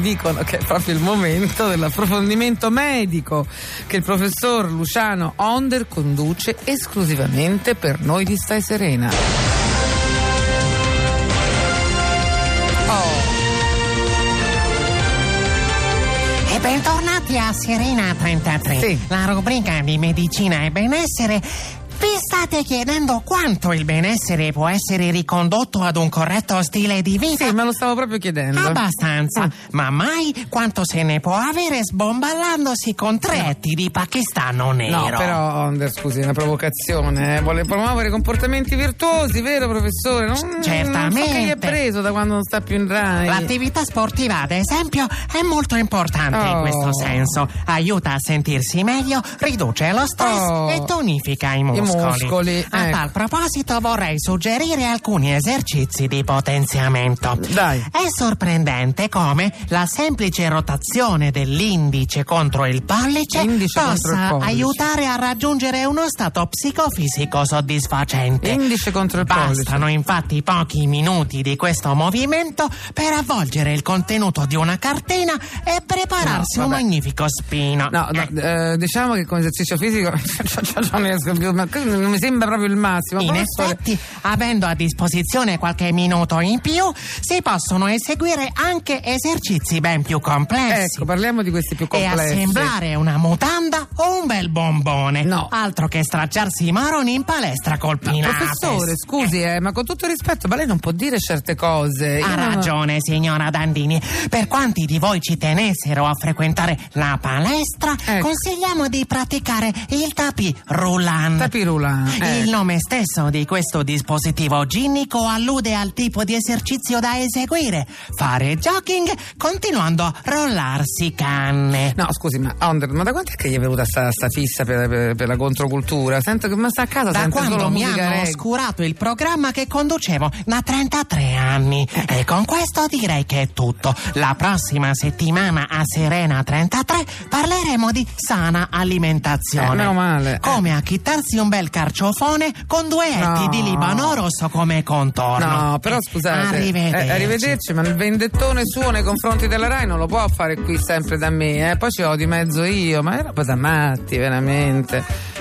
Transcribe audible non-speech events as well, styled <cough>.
dicono che è proprio il momento dell'approfondimento medico che il professor Luciano Onder conduce esclusivamente per noi di Stai Serena. Oh. E bentornati a Serena 33, Sì. la rubrica di medicina e benessere. Vi state chiedendo quanto il benessere può essere ricondotto ad un corretto stile di vita? Sì, me lo stavo proprio chiedendo. Ah, Abbastanza, Mm. ma mai quanto se ne può avere sbomballandosi con tre etti di pakistano nero. No, però Onder, scusi, è una provocazione. eh. Vuole promuovere comportamenti virtuosi, vero professore? Non, Non so che gli è Certamente. preso da quando non sta più in Rai. L'attività sportiva, ad esempio, è molto importante Oh. in questo senso. Aiuta a sentirsi meglio, riduce lo stress Oh. e tonifica i muscoli. muscoli, A ecco. tal proposito vorrei suggerire alcuni esercizi di potenziamento. Dai. È sorprendente come la semplice rotazione dell'indice contro il pollice Indice contro il possa pollice. aiutare a raggiungere uno stato psicofisico soddisfacente. Indice contro il pollice. Bastano infatti pochi minuti di questo movimento per avvolgere il contenuto di una cartina e prepararsi No, un vabbè. magnifico spino. No, no, Eh, eh, diciamo che con esercizio fisico <laughs> non riesco più, ma questo non mi sembra proprio il massimo. In Professore, effetti, avendo a disposizione qualche minuto in più, si possono eseguire anche esercizi ben più complessi. Ecco, parliamo di questi più E complessi. assemblare una mutanda o un bel bombone. No. Altro che stracciarsi i maroni in palestra col Pilates. Ah, Professore, scusi, eh, ma con tutto rispetto, ma lei non può dire certe cose. Io Ha non- ragione, signora Dandini. Per quanti di voi ci tenessero a frequentare la palestra, Ecco. consigliamo di praticare il tapis roulant. Tapirula. eh. Il nome stesso di questo dispositivo ginnico allude al tipo di esercizio da eseguire, fare jogging continuando a rollarsi canne. No, scusi, ma Onder, ma da quant'è che gli è venuta sta, sta fissa per, per- per la controcultura? Sento che ma sta a casa Da sente solo quando mi musica hanno reggae. oscurato il programma che conducevo da 33 anni. E con questo direi che è tutto. La prossima settimana a Serena 33 parleremo di sana alimentazione. Eh, meno male. Come acchittarsi un bel carciofone con due etti No. di libano rosso come contorno. No, però Eh, scusate, Arrivederci. eh, arrivederci, ma il vendettone suo nei confronti della Rai non lo può fare qui sempre da me, eh. poi ci ho di mezzo io, ma è roba da matti, veramente.